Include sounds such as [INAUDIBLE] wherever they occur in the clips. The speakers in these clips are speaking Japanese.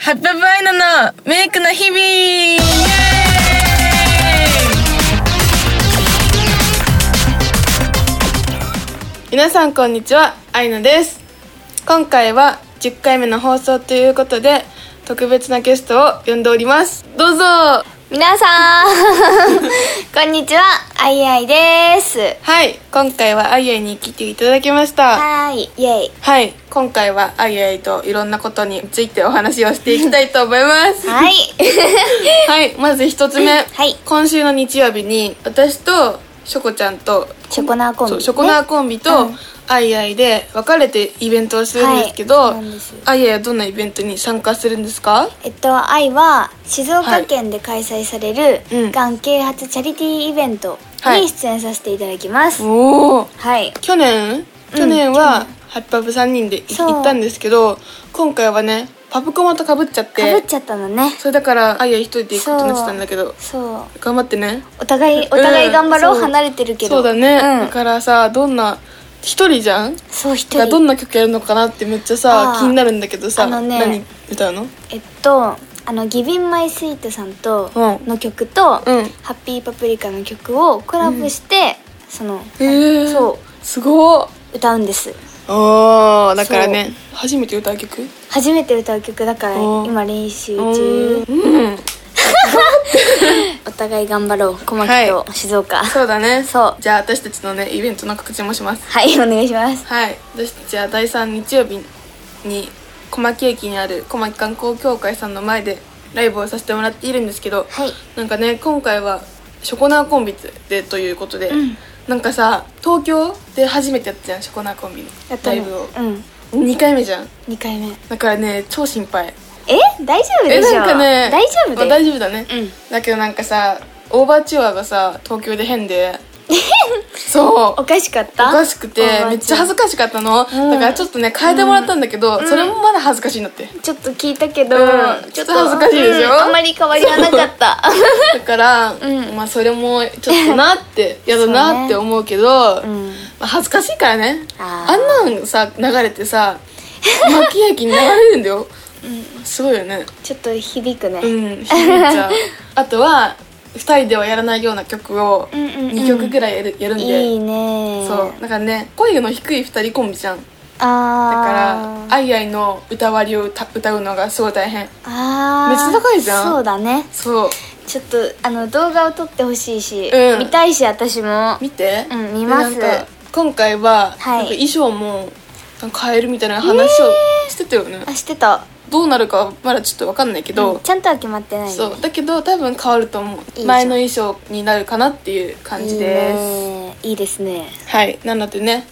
ハッピーバイナのメイクの日々イエーイ皆さんこんにちはアイナです今回は10回目の放送ということで特別なゲストを呼んでおりますどうぞは皆さんこんにちはあいあいですい今回はアイアイに来ていただきましたはーいイエイはい今回はアイアイといろんなことについてお話をしていきたいと思います [LAUGHS] はいはいまず一つ目、はい今週の日曜日に私としょこちゃんとショコナーコンビそうショコナーコンビとうんアイアイで別れてイベントをするんですけど、はいそうなんですよアイアイはどんなイベントに参加するんですかえっと愛は静岡県で開催さはれいうんるがん啓発チャリティーイベントはいに出演させていただきますはい、おお去年去年はハッピーパブ3人でいそう行ったんですけど今回はねパブコマとかぶっちゃっかぶってちゃったのねそれだからあいや一人で行くことになってたんだけどそう頑張ってねお互いお互い頑張ろう、うんそう離れてるけどそうだね、うだん、からさどんな一人じゃんそう一が人どんな曲やるのかなってめっちゃさあー気になるんだけどさ、あのね何歌うのえっとあの「ギビンマイスイートさんとうんの曲と、うんハッピーパプリカの曲をコラボして、そのへえー、そすごっ歌うんですおーだからね初めて歌う曲初めて歌う曲だからお今練習中うんお互い頑張ろう小牧はと静岡はそうだねそうじゃあ私たちのねイベントの告知もしますい、お願いしますはい、私たちは第3日曜日に小牧駅にある小牧観光協会さんの前でライブをさせてもらっているんですけど、はいなんかね今回はショコナーコンビでということで、んなんかさ東京で初めてやったじゃんショコナーコンビのやったラねイブを、うん2回目じゃん2回目だからね超心配え大丈夫でしょなんかね大丈夫まあで、大丈夫だね、うんだけどなんかさオーバーチュアがさ東京で変でそうおかしかったおかしくておばあちゃんめっちゃ恥ずかしかったの、だからちょっとね変えてもらったんだけど、それもまだ恥ずかしいんだって、ちょっと聞いたけど、うんちょっと恥ずかしいでしょうんあんまり変わりはなか [LAUGHS] っただから、まあそれもちょっとなってやだな [LAUGHS] って思うけどんまあ、恥ずかしいからねああーんなんさ流れて [LAUGHS] さ巻き焼きに流れるんだよ、すごいよねちょっと響くね、うん響いち [LAUGHS] ゃうあとは2人ではやらないような曲をうんうんうん2曲ぐらいやるやるんで、いいねそうだからね声の低い2人コンビじゃんだあかーらあいあいの歌割りを歌歌うのがすごい大変あーめっちゃ高いじゃんそうだねそうちょっとあの動画を撮ってほしいし、うん見たいし私も見て、うん見ますでなんか今回は、はいなんか衣装もなんか変えるみたいな話をしてたよね、あしてた、どうなるかはまだちょっと分かんないけど、うんちゃんとは決まってないねそうだけど多分変わると思うじゃん前の衣装になるかなっていう感じですいいねいいですねはいなのでね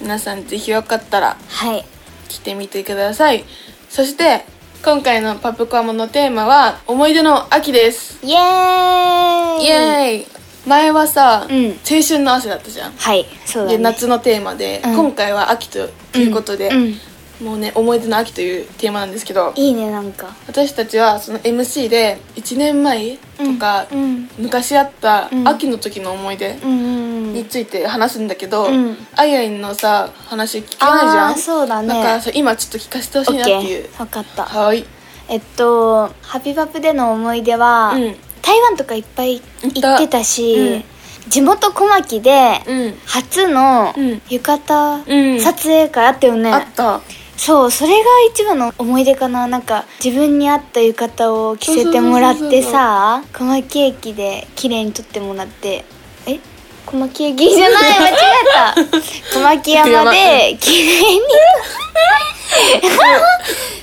皆さんぜひよかったらはい来てみてくださいそして今回のパプコアモのテーマは思い出の秋ですイエーイイエーイ前はさ、うん青春の汗だったじゃんはいそうだねで夏のテーマで、うん今回は秋ということで、うんもうね思い出の秋というテーマなんですけどいいねなんか私たちはその MC で1年前とか、うん昔あったうん秋の時の思い出うんうんうにんついて話すんだけど、うんあいあいのさ話聞けないじゃあんーそうだねからさ今ちょっと聞かせてほしいなっていう分かったはーいえっとハピパプでの思い出は、うん台湾とかいっぱい行ってたし、行っ地元小牧でうん初のうん浴衣うん撮影会あったよね、あったそうそれが一番の思い出かななんか自分に合った浴衣を着せてもらってさ小牧駅で綺麗に撮ってもらってえ小牧駅じゃない間違えた [LAUGHS] 小牧山で綺麗に [LAUGHS]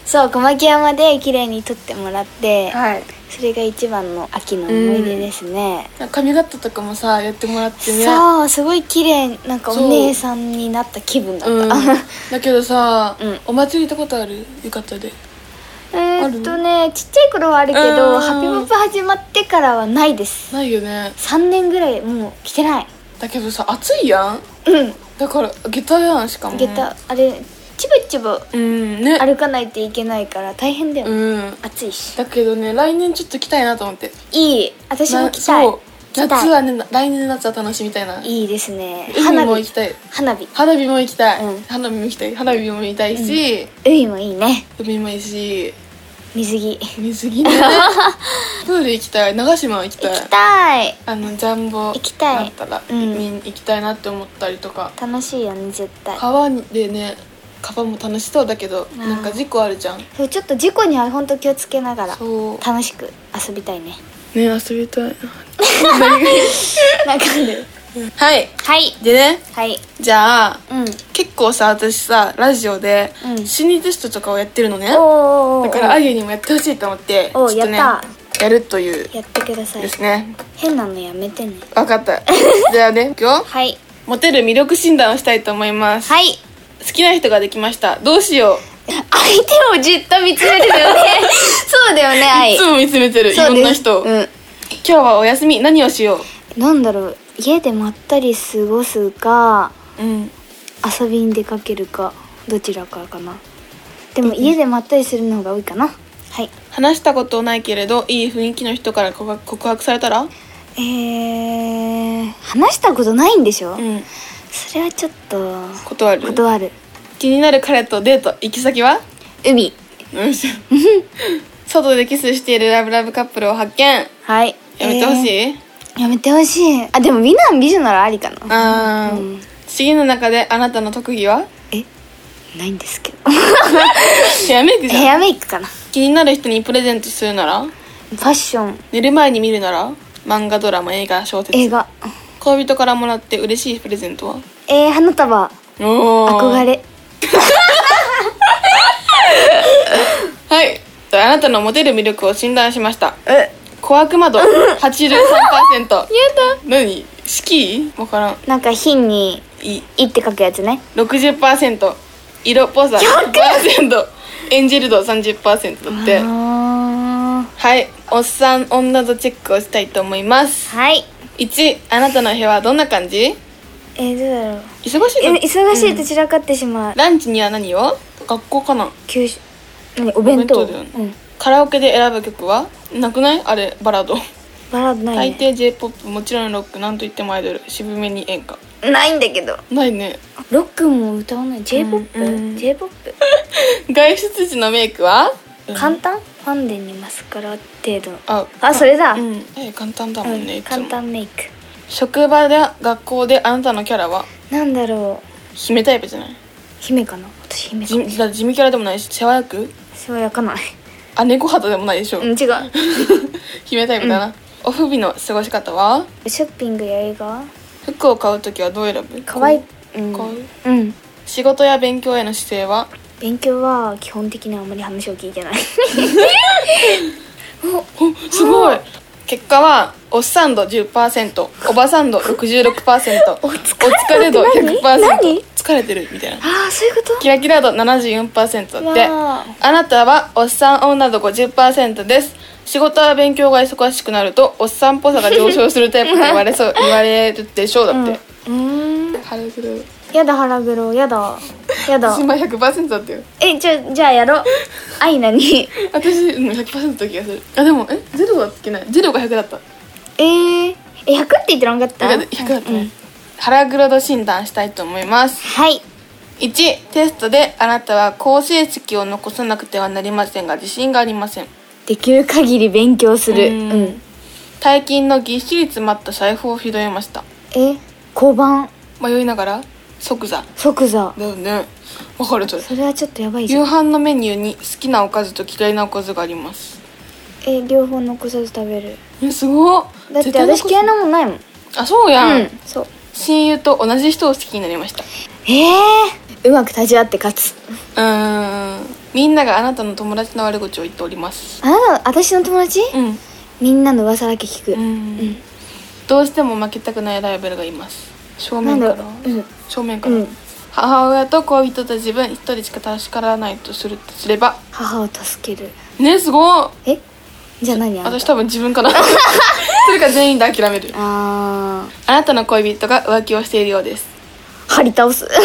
そう小牧山で綺麗に撮ってもらってはいそれが一番の秋の思い出ですね、髪型とかもさやってもらってねそうすごい綺麗なんかそうお姉さんになった気分だうんった、だけどさ、うんお祭り行ったことある浴衣でえーっとねちっちゃい頃はあるけうどんハピポップ始まってからはないですないよね3年ぐらいもう来てないだけどさ暑いやんうんだから下駄やんしかも下駄あれちぶちぶうんね歩かないといけないから大変だよ、うん暑いしだけどね来年ちょっと来たいなと思っていい私もな来たいそう来たい夏はね来年の夏は楽しみたいないいですね海も花行き火たい花火花火も行きたい、うん花火も行きたい花火も行きたいし、海もいいね海もいいし水着行水 [LAUGHS] 着ねプール行きたい長島行きたいきたいあのジャンボ行きただいったら、うん見に行きたいなって思ったりとか楽しいよね絶対川でね川も楽しそうだけどんなんか事故あるじゃんそうちょっと事故には本当気をつけながらそう楽しく遊びたいねね遊びたいなんか [LAUGHS] ねはいはいでねはいじゃあうん結構さ私さラジオでうん心理テストとかをやってるのね、おーおーおーだからあゆにもやってほしいと思ってちょおっとねややっるというやってくださいですね変なのやめてね分かった [LAUGHS] じゃあね今日はいモテる魅力診断をしたいと思いますはい好きな人ができましたどうしよ相手をじっと見つめるよね [LAUGHS] そうだよねう愛いつも見つめてるいそろうんですな人を、今うん日はお休み何をしよなんだろう家でまったり過ごすかううん遊びに出かけるかどちらかかなでも家でまったりするのが多いかなはい話したことないけれどいい雰囲気の人から告白告白されたらえー、話したことないんでしょ、うんそれはちょっと断る断る気になる彼とデート行き先は海よいしょ外でキスしているラブラブカップルを発見やはいめてほしい、えーやめてほしいあでも美男美女ならありかなあー、うん次の中であなたの特技 [LAUGHS] はえないんですけどヘアメイクじ [LAUGHS] ヘゃんアメイクかな気になる人にプレゼントするならファッション寝る前に見るなら漫画ドラマ映画小説映画恋人からもらって嬉しいプレゼントはえー、花束おー憧れはいじゃああなたのモテる魅力を診断しましたえ小悪魔度83%やだ何スキーわからんなんか品にい「い」って書くやつね60%色っぽさ100%エンジェル度30%だってあはいおっさん女度チェックをしたいと思いますーはい1あなたの部屋はどんな感じえー、どうだろう忙しいえの忙しいと散らかってしまう、ランチには何を学校かな給食何お弁当お弁当だよねうん、カラオケで選ぶ曲はなくないあれバラード、バラードな大い、ね、抵 J−POP もちろんロックなんといってもアイドル渋めに演歌ないんだけどないね [LAUGHS] ロックも歌わない j p o う p んうん j p o p 外出時のメイクは簡単ファンデにマスカラ程度ああそれだ、うんえ簡単だもんね、ういんつも簡単メイク職場で学校であなたのキャラはなんだろう姫タイプじゃない姫かな私姫か地な地地味キャラでもないし世話役世話焼かないあ猫肌でもないでしょ、うん [LAUGHS] 違う姫タイプだな、お不備の過ごし方はショッピングや映画服を買うときはどう選ぶかわいいうんかわいいうん仕事や勉強への姿勢は勉強は基本的にはあんまり話を聞 [LAUGHS] いてないおすごい結果はおっさん度10%おばさん度66%お [LAUGHS] 疲れ度お疲れ度って何何100%疲れてるみたいなああそういうことキラキラ度74%だってわああなたはおっさん女度50%です仕事や勉強が忙しくなるとおっさんっぽさが上昇するタイプと言われ [LAUGHS] そう言われるでしょうだって、うーん腹黒いやだ腹黒やだや [LAUGHS] だ私今100%だったよえじゃじゃあやろうアイ [LAUGHS] ナに私うん100%だった気がするあでもえゼロはつけないゼロが100だったえー、え100って言ってなかった100 100だったね、うん腹黒度診断したいと思いますはい1テストであなたは好成績を残さなくてはなりませんが自信がありませんできる限り勉強するう、うんん大金のぎっしり詰まった財布を拾いましたえ交番迷いながら即座即座だよねわかるそれそれはちょっとやばいじゃ夕ん飯のメニューに好きなおかずと嫌いなおかずがありますえ両方残さず食べるえすごっだって絶対残私す嫌いなもんないもんあそうやん、うんそう親友と同じ人を好きになりましたえー、うまく立ち会って勝つうーんみんながあなたの友達の悪口を言っておりますあなた私の友達、うんみんなの噂だけ聞く、うん、どうしても負けたくないライバルがいます正面からなんだろううん正面から、うん母親と恋人と自分一人しか助からないとするとすれば母を助けるねすごいえじゃあ何あんた私多分自分 [LAUGHS] かなそれか全員で諦めるああなたの恋人が浮気をしているようですー張り倒す [LAUGHS]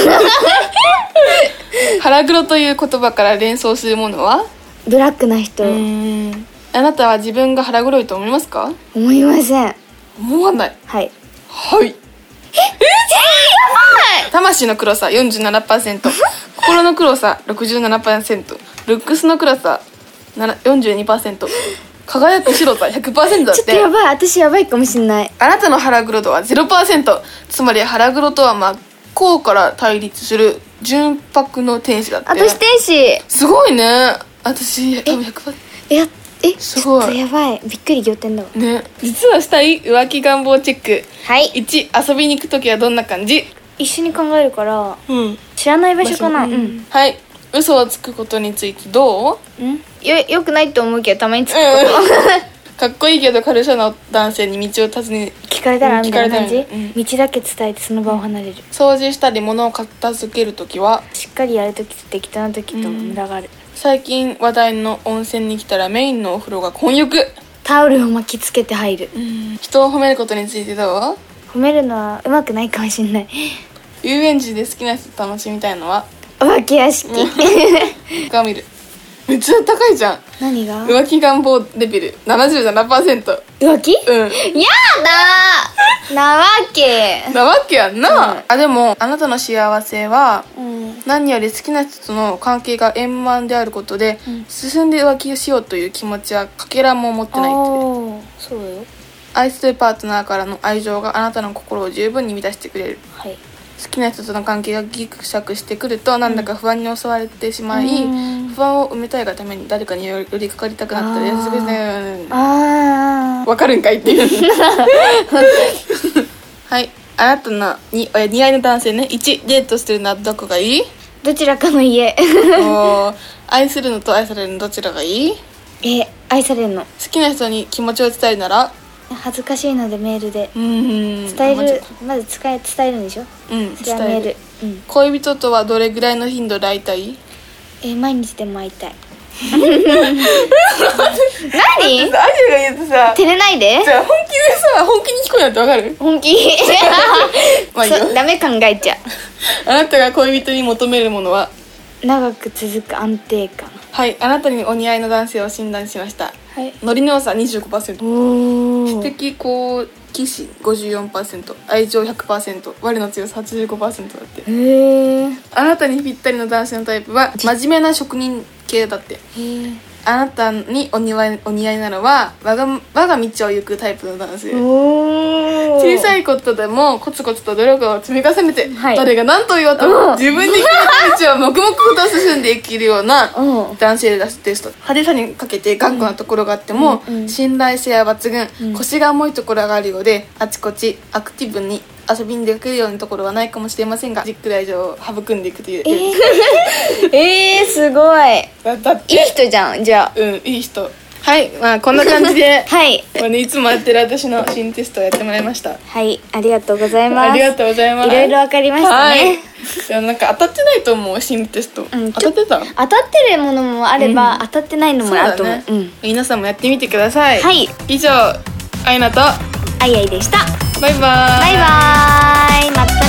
腹黒という言葉から連想するものはブラックな人、んあなたは自分が腹黒いと思いますか思いません思わないはいはいええやばい魂の黒さ47%心の黒さ67%ルックスの黒さなら42%輝く白座100%だってちょっとやばい私やばいかもしんないあなたの腹黒度は0%つまり腹黒とは真っ向から対立する純白の天使だって私天使すごいね私多分100%えやえすちごょいっとやばいびっくり仰天だわね実はしたい浮気願望チェックはい1遊びに行く時はどんな感じ一緒に考えるからうん知らない場所かなうん、はい嘘をつくことについてどう [LAUGHS] うんよよくないと思うけどたまにつくこと、かっこいいけど軽さの男性に道を尋ね聞かれたらうんみたいな感じ、聞かれたらうん道だけ伝えてその場を離れる、掃除したり物を片付ける時はしっかりやるときと適当なときと無駄がある、最近話題の温泉に来たらメインのお風呂が混浴タオルを巻きつけて入る、人を褒めることについてどう褒めるのはうまくないかもしんない遊園地で好きな人と楽しみたいのは浮気 [LAUGHS] 屋敷が見るめっちゃ高いじゃん何が浮気願望レベル77%浮気、うん [LAUGHS] やだーなわけなわけやんな、あでもあなたの幸せはうん何より好きな人との関係が円満であることで、進んで浮気をしようという気持ちはかけらも持ってないっておそうだよ愛するパートナーからの愛情があなたの心を十分に満たしてくれるはい好きな人との関係がギクシャクしてくるとなんだか不安に襲われてしまい、うん不安を埋めたいがために誰かに寄りかかりたくなったりあーするねあわかるんかいっていう [LAUGHS] はいあなたのにえ似合いの男性ね1デートするのはどこがいいーどちらかの家 [LAUGHS] [LAUGHS] おー愛するのと愛されるのどちらがいい好え愛されるのきな人に気持ちを伝えるなら恥ずかしいのでメールでうーん伝もうちょえっるまず使え伝えるんでしょとうんじゃあメ伝えールる、うん、恋人とはどれぐらいの頻度で会いたいえー毎日でも会いた [LAUGHS] い何アジが言うとさ照れないでゃあ本気でさ本気に聞こえなってわかる本 [LAUGHS] 気まあいいよそうダメ考えちゃあなたが恋人に求めるものはう長く続く安定感はいあなたにお似合いの男性を診断しましたはいノリの良さ25%お知ー的好奇心54%愛情100%我の強さ85%だってへーあなたにぴったりの男性のタイプは真面目な職人系だってへーあなたにお似合いお似合いなのは我が我が道を行くタイプの男性おー小さいことでもコツコツと努力を積み重ねて、はい誰が何と言おうとも自分に決めた道を黙々と進んでいけるような [LAUGHS] うん男性だテスト派手さにかけて頑固なところがあっても、うんうん信頼性は抜群、腰が重いところがあるようであちこちアクティブに遊びに出かけるようなところはないかもしれませんがじっくり愛情を育んでいくという、えー、すごいだだっいい人じゃんじゃあ、うんいい人はいまあこんな感じで [LAUGHS] はいまあね、いつもやってる私の新テストをやってもらいましたはいありがとうございますありがとうございますいろいろわかりましたね、はいでもなんか当たってないと思う新テスト、ん当たってた当たってるものもあれば、当たってないのもあると思うう、ん、皆さんもやってみてくださいはい以上あいなとあいあいでしたバイバーイバイバーイまた